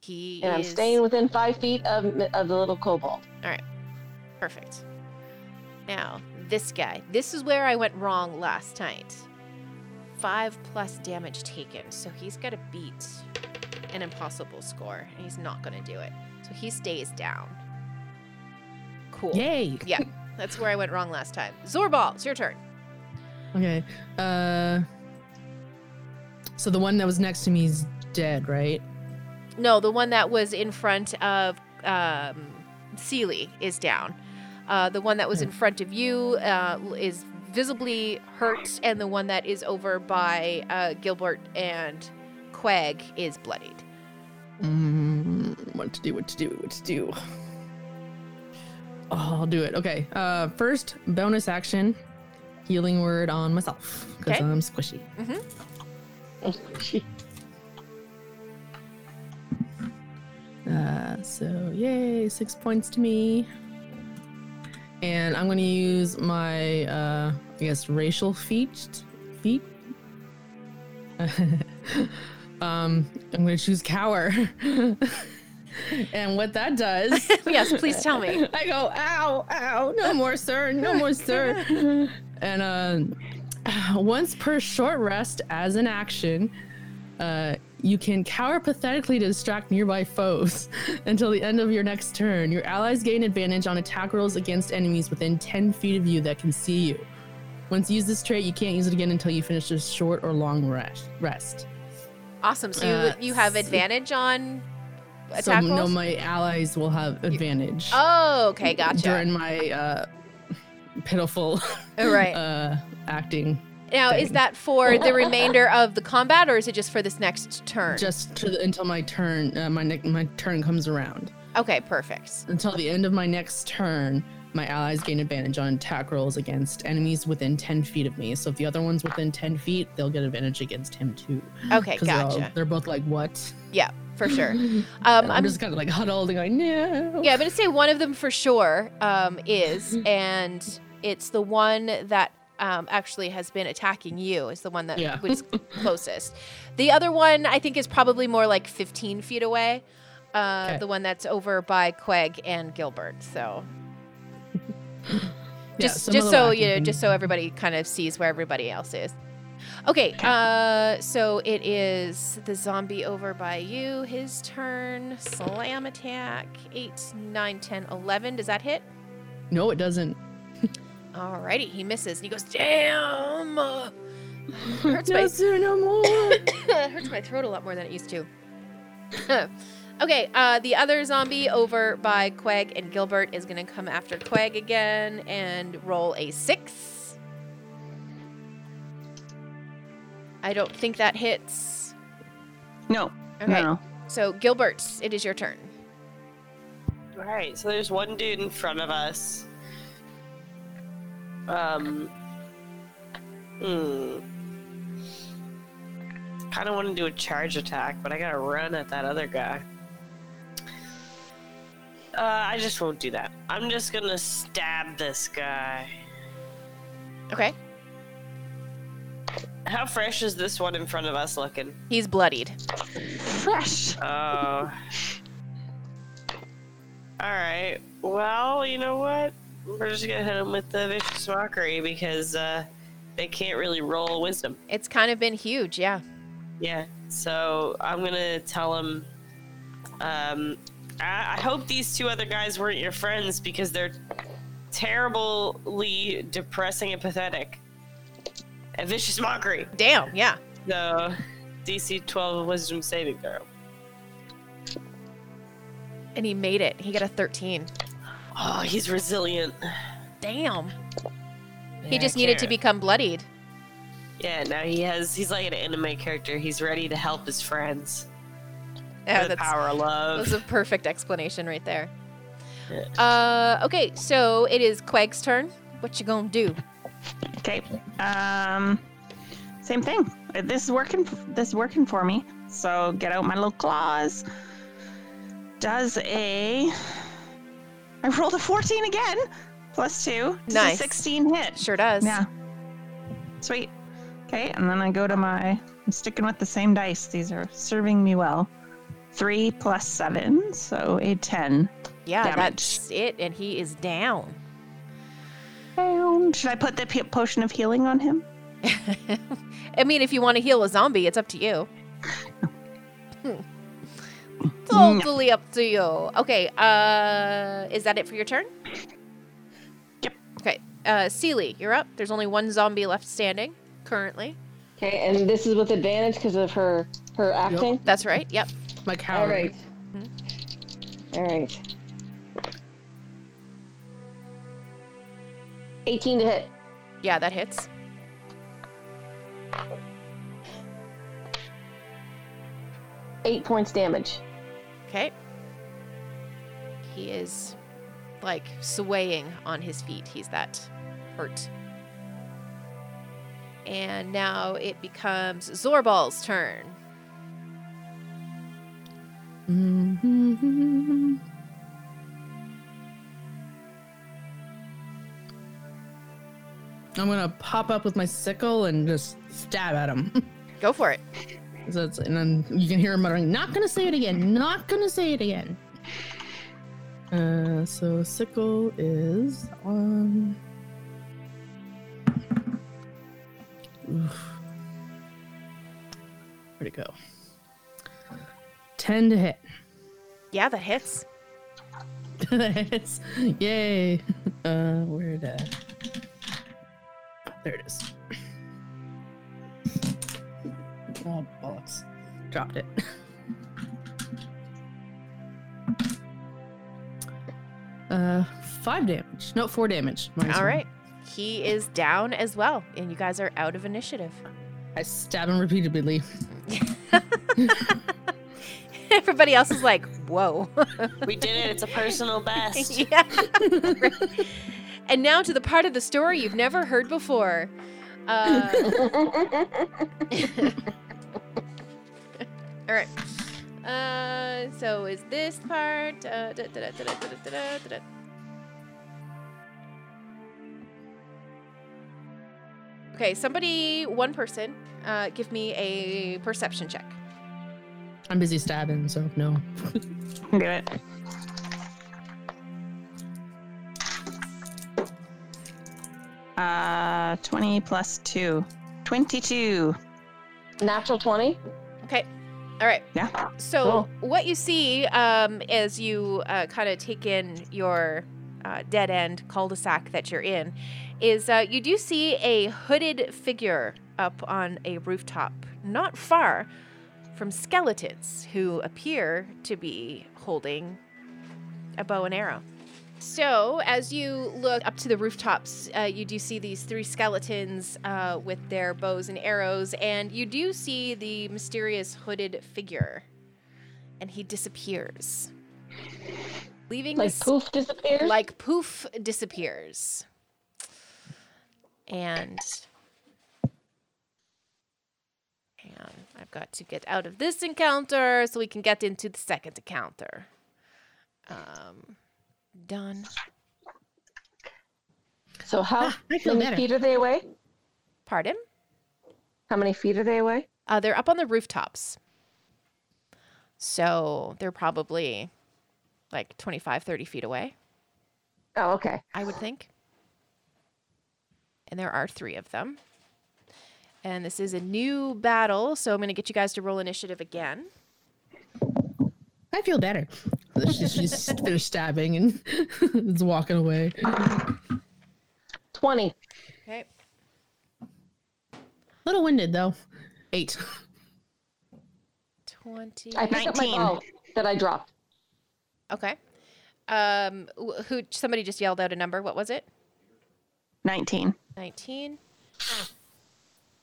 He And I'm is staying within five feet of, of the little cobalt. perfect. Now this guy. This is where I went wrong last night. Five plus damage taken, so he's got to beat an impossible score, and he's not going to do it. So he stays down. Cool. Yay. Yeah, that's where I went wrong last time. Zorbal, it's your turn. Okay. Uh. So the one that was next to me is dead, right? No, the one that was in front of um, Seely is down. Uh, the one that was in Hmm. front of you uh, l- is visibly hurt, and the one that is over by uh, Gilbert and Quag is bloodied. Mm, what to do? What to do? What to do? [sighs] Oh, I'll do it. Okay. Uh, first bonus action, healing word on myself because Okay. I'm squishy. Uh, so yay, six points to me. And I'm gonna use my uh, I guess racial feet feet. [laughs] um, I'm gonna choose cower. [laughs] and what [laughs] that does yes, please tell [laughs] me. I go, ow, ow, no more, sir, no more, sir. [laughs] and uh, once per short rest as an action, uh, you can cower pathetically to distract nearby foes [laughs] until the end of your next turn. Your allies gain advantage on attack rolls against enemies within 10 feet of you that can see you. Once you use this trait, you can't use it again until you finish a short or long rest. rest. Awesome. So you, Uh, you have so- advantage on So attack no, rolls? my allies will have advantage oh, okay, gotcha. during my uh, pitiful All right. [laughs] uh, acting now, is that for [laughs] the remainder of the combat, or is it just for this next turn? just to the, until my turn uh, my ne- my turn comes around okay, [laughs] perfect. until the end of my next turn my allies gain advantage on attack rolls against enemies within 10 feet of me so if the other one's within 10 feet they'll get advantage against him too Okay, 'Cause they're all- gotcha. they're both like what Yeah, for [laughs] sure. Um, And I'm, i'm, just kind of like huddled and going no yeah, I'm gonna say one of them for sure um, [laughs] is, and it's the one that um, actually has been attacking you. Is the one that Yeah. [laughs] was closest. The other one I think is probably more like 15 feet away. Uh, Okay. The one that's over by Queg and Gilbert. So Yeah, just some just little so acting you know, thing. just so everybody kind of sees where everybody else is. Okay, uh, so it is the zombie over by you. His turn. Slam attack. 8, 9, 10, 11. Does that hit? no it doesn't Alrighty, he misses. And he goes, [laughs] damn! Hurts my no sir no more it hurts my throat a lot more than it used to. [laughs] okay, uh, the other zombie over by Queg and Gilbert is going to come after Queg again and roll a six. I don't think that hits. No, Okay, no. so Gilbert, it is your turn. Alright, so there's one dude in front of us. Um. Hmm. Kind of want to do a charge attack, but I gotta run at that other guy. Uh, I just won't do that. I'm just gonna stab this guy. Okay, How fresh is this one in front of us looking? he's bloodied. Fresh. Oh. Alright. Well, you know what? We're just gonna hit him with the vicious mockery because uh, they can't really roll wisdom. It's kind of been huge, yeah. Yeah. So I'm gonna tell him. Um, I, I hope these two other guys weren't your friends because they're terribly depressing and pathetic. A vicious mockery. Damn, yeah. So DC 12 wisdom saving throw. And he made it. He got a 13. Oh, he's resilient. Damn. Yeah, he just I needed to can't. become bloodied. Yeah, now he has. He's like an anime character. He's ready to help his friends. Yeah, for the Oh, that's- [laughs] power of That love. was a perfect explanation right there. Uh, okay, so it is Quag's turn. What you gonna do? Okay. Um, same thing. This is working. This is working for me. So get out my little claws. Does a. I rolled a 14 again, plus two. Does a Nice. 16 hit. Sure does. Yeah. Sweet. Okay, and then I go to my. I'm sticking with the same dice. These are serving me well. Three plus seven, so a ten. Yeah, Damage. that's it, and he is down. Boom. Should I put the p- potion of healing on him? I mean, if you want to heal a zombie, it's up to [laughs] you. totally up to you. Okay, uh, is that it for your turn? Yep. Okay, uh, Seely, you're up. There's only one zombie left standing currently. Okay, and this is with advantage because of her her acting. That's right. Yep. [laughs] my cower All right. Mm-hmm. All right. 18 to hit. Yeah, that hits. Eight points damage. Okay. He is like swaying on his feet. He's that hurt. And now it becomes Zorbal's turn. Mm-hmm. I'm gonna pop up with my sickle and just stab at him. [laughs] Go for it. so it's, and then you can hear him muttering, "Not gonna say it again. Not gonna say it again." Uh, so sickle is that one. Oof. Where'd it go? Ten to hit. Yeah, that hits. That's yay. Uh, where the there it is. Oh bollocks! Dropped it. [laughs] Uh, five damage. No, four damage. Minus All one. right. He is down as well, and you guys are out of initiative. I stab him repeatedly. [laughs] Everybody else is like, whoa. We did it. It's a [laughs] personal best. yeah. and now to the part of the story you've never heard before. Uh, [laughs] all right. Uh, so is this part? Uh, da, da, da, da, da, da, da, da, da, da. Okay, somebody, one person, uh, give me a perception check. I'm busy stabbing, so no. Do it. Uh, 20 plus 2. 22. Natural 20? Okay. All right. Yeah. So what you see um, as you uh, kind of take in your uh, dead end cul-de-sac that you're in is uh, you do see a hooded figure up on a rooftop, not far from skeletons who appear to be holding a bow and arrow. So, as you look up to the rooftops, uh, you do see these three skeletons uh, with their bows and arrows, and you do see the mysterious hooded figure. And he disappears. Leaving Like this, poof disappears? like poof disappears. And hang on, I've got to get out of this encounter so we can get into the second encounter. Um, done. so how ah, I feel many better. feet are they away? Pardon? How many feet are they away? Uh, they're up on the rooftops. So they're probably like 25, 30 feet away, Oh, okay. I would think. And there are three of them. And this is a new battle, so I'm going to get you guys to roll initiative again. I feel better. She's, [laughs] she's they're stabbing and [laughs] it's walking away. 20. Okay. Little winded though. Eight. 20. I picked up my 19. bow that I dropped. Okay. Um, wh- who? Somebody just yelled out a number. What was it? 19. 19.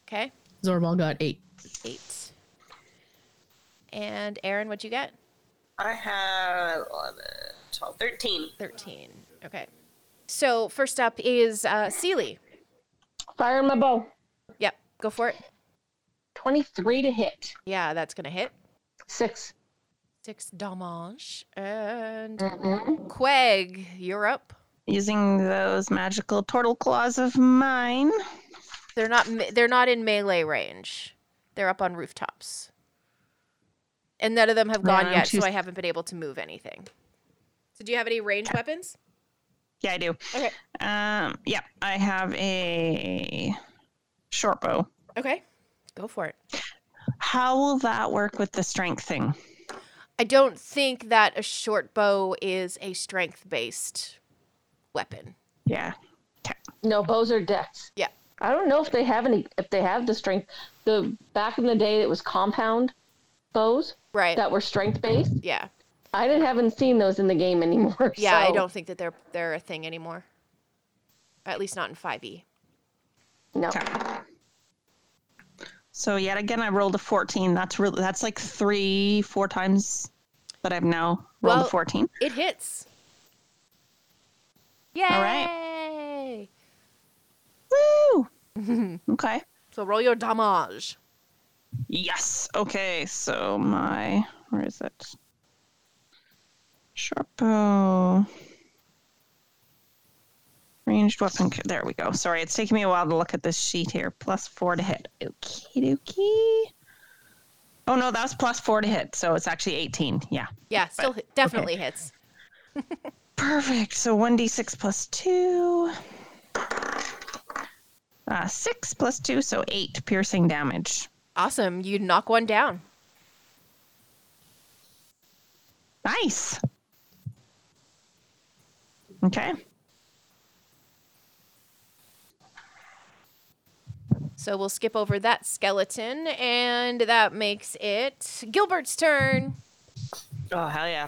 Okay. Zorbal got eight. Eight. And Aaron, what'd you get? I have 11, 12, 13. 13. Okay. So first up is uh, Seely. Firing my bow. Yep, go for it. 23 to hit. Yeah, that's going to hit. 6 Six damage. And Mm-mm. Quag, you're up. Using those magical turtle claws of mine. They're not me- they're not in melee range. They're up on rooftops. And none of them have gone I'm yet, choos- so I haven't been able to move anything. So do you have any range weapons? Yeah, I do. Okay. Um, yeah, I have a short bow. Okay. Go for it. How will that work with the strength thing? I don't think that a short bow is a strength based weapon. Yeah. No, bows are dex. Yeah. I don't know if they have any, if they have the strength. The back in the day, it was compound bows Right. that were strength based. yeah. I didn't, haven't seen those in the game anymore. [laughs] Yeah, I so- don't think that they're they're a thing anymore. At least not in E. 5e. No. So yet again, I rolled a 14. That's really that's like three, four times that I've now rolled Well- a 14. It hits. Yay! All Woo! okay. [laughs] So roll your damage. Yes. Okay. So my where is it? Sharp bow. Ranged weapon. ca- There we go. Sorry, it's taking me a while to look at this sheet here. Plus four to hit. Okie dokie. Oh no, that was plus four to hit, so it's actually eighteen. Yeah. Yeah, still hit, definitely hits. Perfect. So 1d6 plus 2. Uh, 6 plus 2, so 8 piercing damage. Awesome. You knock one down. Nice. Okay. So we'll skip over that skeleton, and that makes it Gilbert's turn. Oh hell yeah!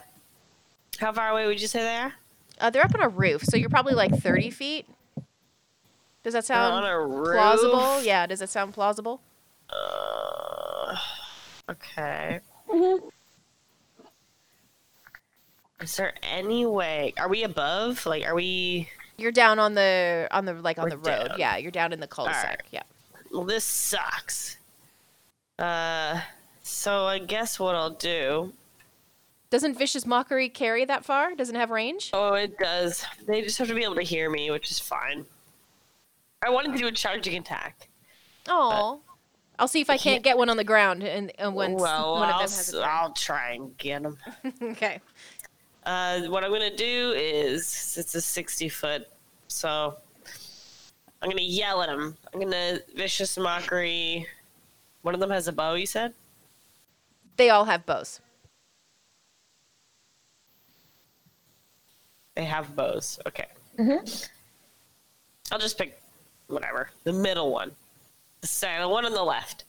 How far away would you say they are? Uh, they're up on a roof, so you're probably like 30 feet. Does that on sound a roof. Um, plausible? Yeah, does that sound plausible? Uh, okay. [laughs] Is there any way? Are we above? Like, are we? You're down on the on the like on We're the road. down. Yeah, you're down in the cul-de-sac. Alright. Yeah. Well, this sucks. Uh, so I guess what I'll do. Doesn't vicious mockery carry that far? Doesn't it have range? Oh, it does. They just have to be able to hear me, which is fine. I wanted to do a charging attack. Oh. I'll see if I can't get one on the ground and, and when s- well, one of I'll, them has s- a I'll try and get them. [laughs] Okay. Uh, what I'm gonna do is it's a 60 foot, so I'm gonna yell at him. I'm gonna vicious mockery. One of them has a bow. You said. They all have bows. They have bows. Okay. I'll just pick whatever. The middle one. The silent one on the left.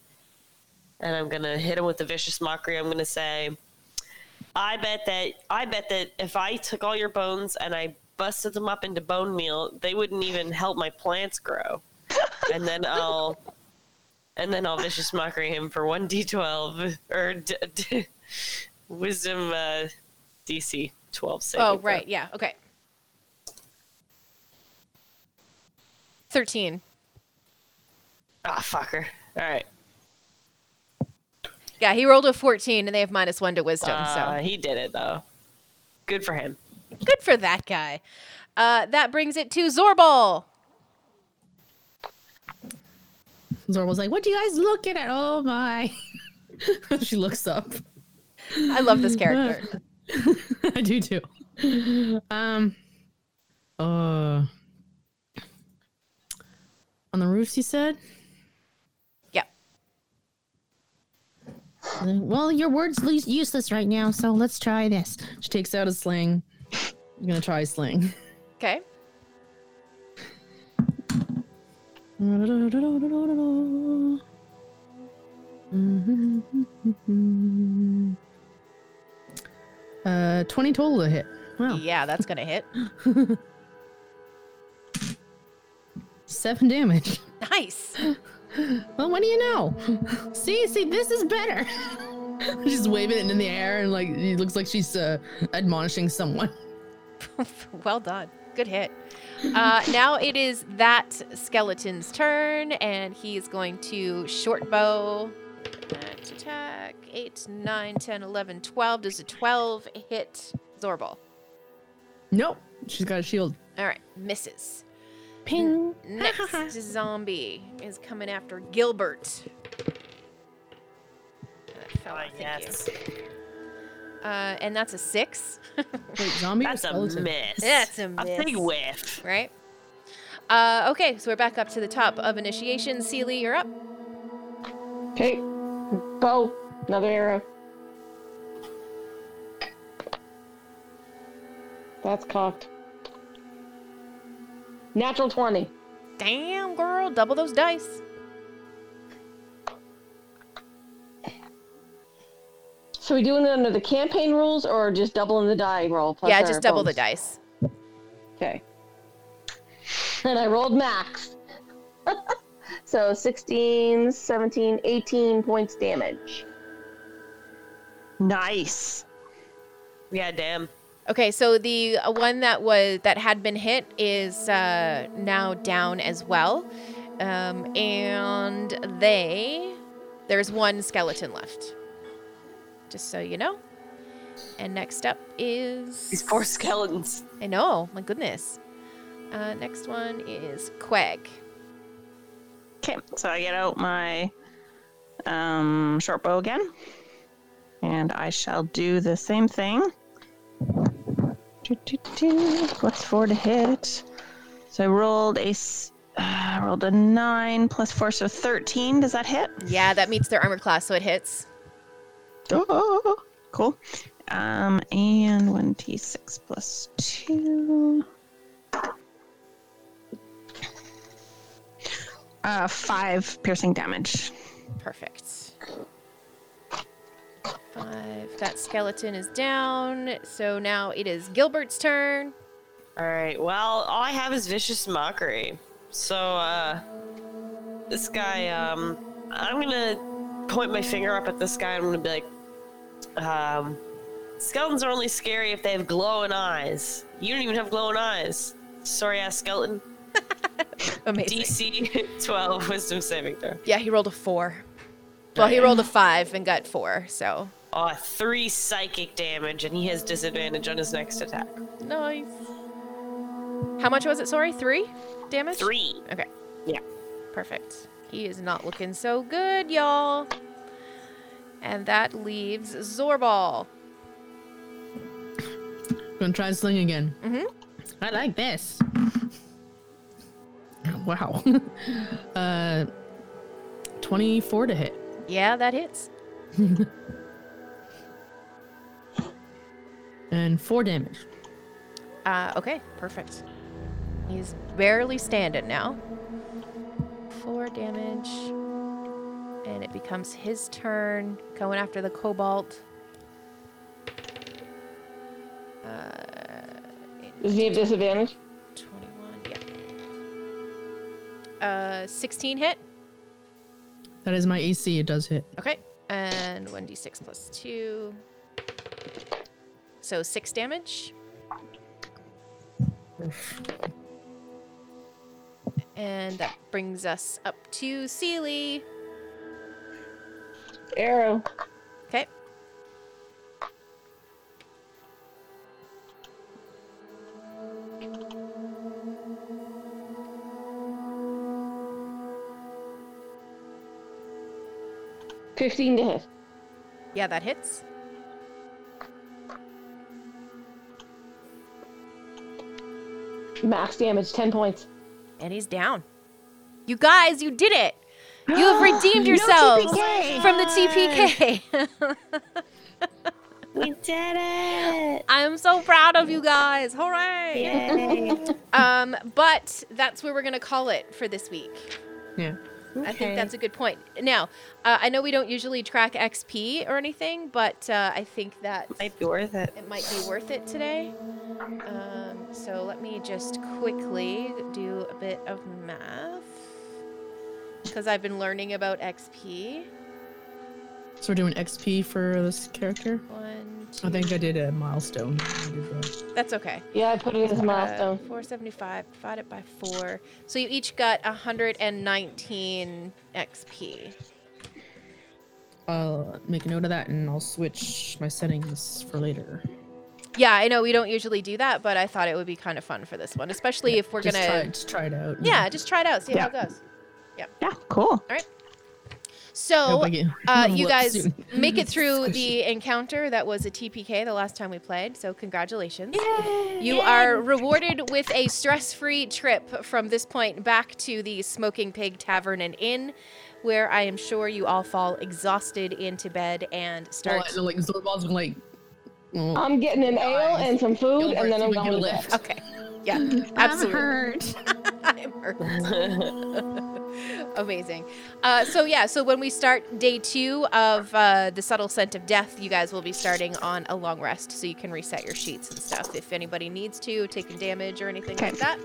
And I'm gonna hit him with the vicious mockery. I'm gonna say, I bet that I bet that if I took all your bones and I busted them up into bone meal, they wouldn't even help my plants grow. and then I'll and then I'll vicious mockery him for one d12 or d- d- wisdom uh, DC 12 saving Oh, throw. right. Yeah. Okay. 13. Ah, fucker. All right. Yeah, he rolled a 14 and they have minus 1 to wisdom, Uh, so He did it, though. Good for him. good for that guy. Uh, that brings it to Zorbal. Zora was like, "What you guys looking at? Oh my!" [laughs] she looks up. [laughs] I love this character. I do too. Um. Uh. On the roofs, you said. Yeah. Well, your word's le- useless right now, so let's try this. She takes out a sling. I'm gonna try a sling. Okay. Uh, twenty total to hit. Wow, Yeah, that's going to hit. seven damage. Nice. Well, what do you know? See, see, this is better. [laughs] she's waving it in the air, and like it looks like she's uh, admonishing someone. well done. Good hit. Uh, now it is that skeleton's turn, and he is going to short bow. Attack, attack. 8, 9, 10, 11, 12. Does a 12 hit Zorbal? Nope, she's got a shield. All right, misses. Ping. Next zombie is coming after Gilbert. That fell off, thank you. yes. Uh, and that's a 6. Wait, zombie. or That's a skeleton? miss. That's a A big miss. whiff. right? Uh, okay, so we're back up to the top of initiation. Seely, you're up. Okay. Bow. Another arrow. That's cocked. Natural 20. Damn, girl, double those dice. So we doing it under the campaign rules or just doubling the die roll? plus yeah, our just double the bonus? dice. Okay. And I rolled max. [laughs] so 16, 17, 18 points damage. Nice. Yeah, damn. Okay, so the uh, one that was that had been hit is uh, now down as well, um, and they there's one skeleton left. Just so you know. And next up is These poor skeletons. I know, my goodness. Uh, next one is Quag. Okay, so I get out my um, short bow again, and I shall do the same thing. Do, do, do. Plus four to hit. So I rolled a s- uh, rolled a nine plus four, so thirteen. Does that hit? Yeah, that meets their armor class, so it hits. Oh, [laughs] cool. Um, and one t six plus two. Uh, five piercing damage. Perfect. Five. That skeleton is down, so now it is Gilbert's turn. All right. Well, all I have is vicious mockery. So, uh, this guy, um, I'm gonna point my finger up at this guy. and I'm gonna be like, um, skeletons are only scary if they have glowing eyes. You don't even have glowing eyes. Sorry, ass skeleton. Amazing. [laughs] DC 12 Wisdom saving throw. Yeah, he rolled a four. Well, he rolled a five and got four, so. Oh, three psychic damage, and he has disadvantage on his next attack. Nice. How much was it? Sorry, three damage? Three. Okay. Yeah. Perfect. He is not looking so good, y'all. And that leaves Zorbal. Gonna try and sling again. Mm-hmm. I like this. [laughs] Wow. [laughs] uh, 24 to hit. Yeah, that hits. And 4 damage. Uh, okay, perfect. He's barely standing now. Four damage. And it becomes his turn, going after the cobalt. Does he have disadvantage? 21, yeah. Uh, 16 hit. That is my AC. It does hit. Okay. And 1d6 plus 2. So 6 damage. And that brings us up to Seely. Arrow. Okay. Fifteen to hit. Yeah, that hits. Max damage, ten points. And he's down. You guys, you did it! You [gasps] have redeemed yourselves from the TPK. We did it! I'm so proud of you guys. Hooray! Yay. [laughs] Um, but that's where we're gonna call it for this week. Yeah. I think that's a good point. Now, uh, I know we don't usually track XP or anything, but uh, I think that Might be worth it. it might be worth it today. Um, so let me just quickly do a bit of math because I've been learning about XP. So we're doing XP for this character. One, two, I think I did a milestone. I did that. that's okay. Yeah, I put it as a Uh, milestone. 475 divided by 4. So you each got 119 XP. I'll make a note of that and I'll switch my settings for later. Yeah, I know we don't usually do that, but I thought it would be kind of fun for this one, especially if we're just gonna. try, just try it out. Yeah, just try it out, see how Yeah. it goes. Yeah, cool. So, Hope I get- uh, I'll you look guys soon. [laughs] make it through the Squishy. encounter that was a TPK the last time we played. So, congratulations. You are rewarded with a stress free trip from this point back to the Smoking Pig Tavern and Inn, where I am sure you all fall exhausted into bed and Well, start. I know, Oh, like Zorbal's gonna like. well, I'm getting an ale and some food, Gilbert's Oh, and then I'm gonna going get to a bed. lift. Okay. [laughs] Yeah, absolutely. I'm hurt. [laughs] Amazing. Uh, so yeah, so when we start day two of uh, the subtle scent of death, you guys will be starting on a long rest, so you can reset your sheets and stuff if anybody needs to, taking damage or anything like Okay. that.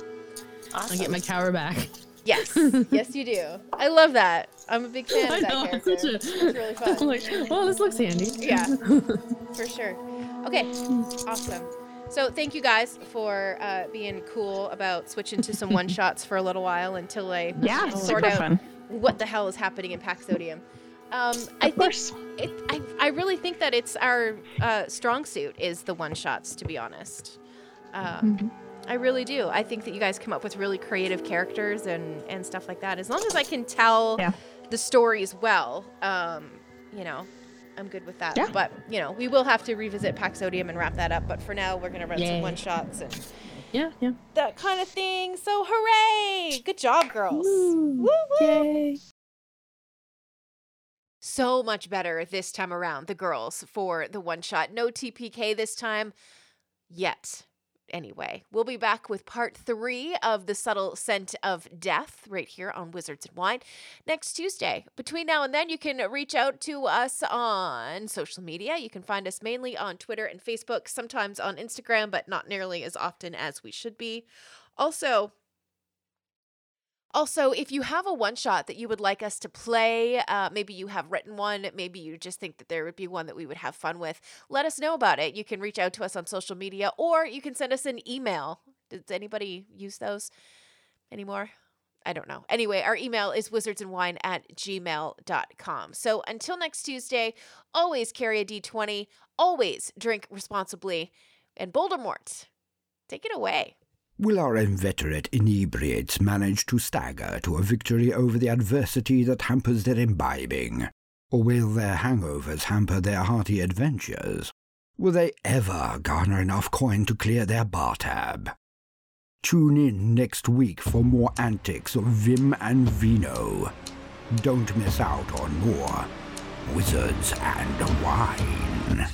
I get my cower back. [laughs] Yes, yes, you do. I love that. I'm a big fan I of that know. I'm character. [laughs] such a- It's really fun. [laughs] I'm like, oh, this looks handy. Yeah, for sure. Okay, awesome. So thank you guys for uh, being cool about switching to [laughs] some one shots for a little while until I Yeah, sort super out fun. what the hell is happening in Paxodium. Um, I Of think course. it, I, I really think that it's our uh, strong suit is the one shots to be honest um, Mm-hmm. i really do i think that you guys come up with really creative characters and, and stuff like that as long as i can tell Yeah. the stories well um, you know i'm good with that Yeah. but you know we will have to revisit paxodium and wrap that up but for now we're going to run some Yay. one shots and Yeah, yeah. that kind of thing so hooray good job girls woo, woo. so much better this time around, the girls, for the one shot. No TPK this time yet. Anyway, we'll be back with part three of The Subtle Scent of Death right here on Wizards and Wine next Tuesday. Between now and then, you can reach out to us on social media. You can find us mainly on Twitter and Facebook, sometimes on Instagram, but not nearly as often as we should be. Also, also, if you have a one shot that you would like us to play, uh, maybe you have written one, maybe you just think that there would be one that we would have fun with, let us know about it. You can reach out to us on social media or you can send us an email. Does anybody use those anymore? I don't know. Anyway, our email is wizardsandwine at gmail.com. So until next Tuesday, always carry a d20, always drink responsibly, and Voldemort, take it away. Will our inveterate inebriates manage to stagger to a victory over the adversity that hampers their imbibing? Or will their hangovers hamper their hearty adventures? Will they ever garner enough coin to clear their bar tab? Tune in next week for more antics of Vim and Vino. Don't miss out on more Wizards and Wine.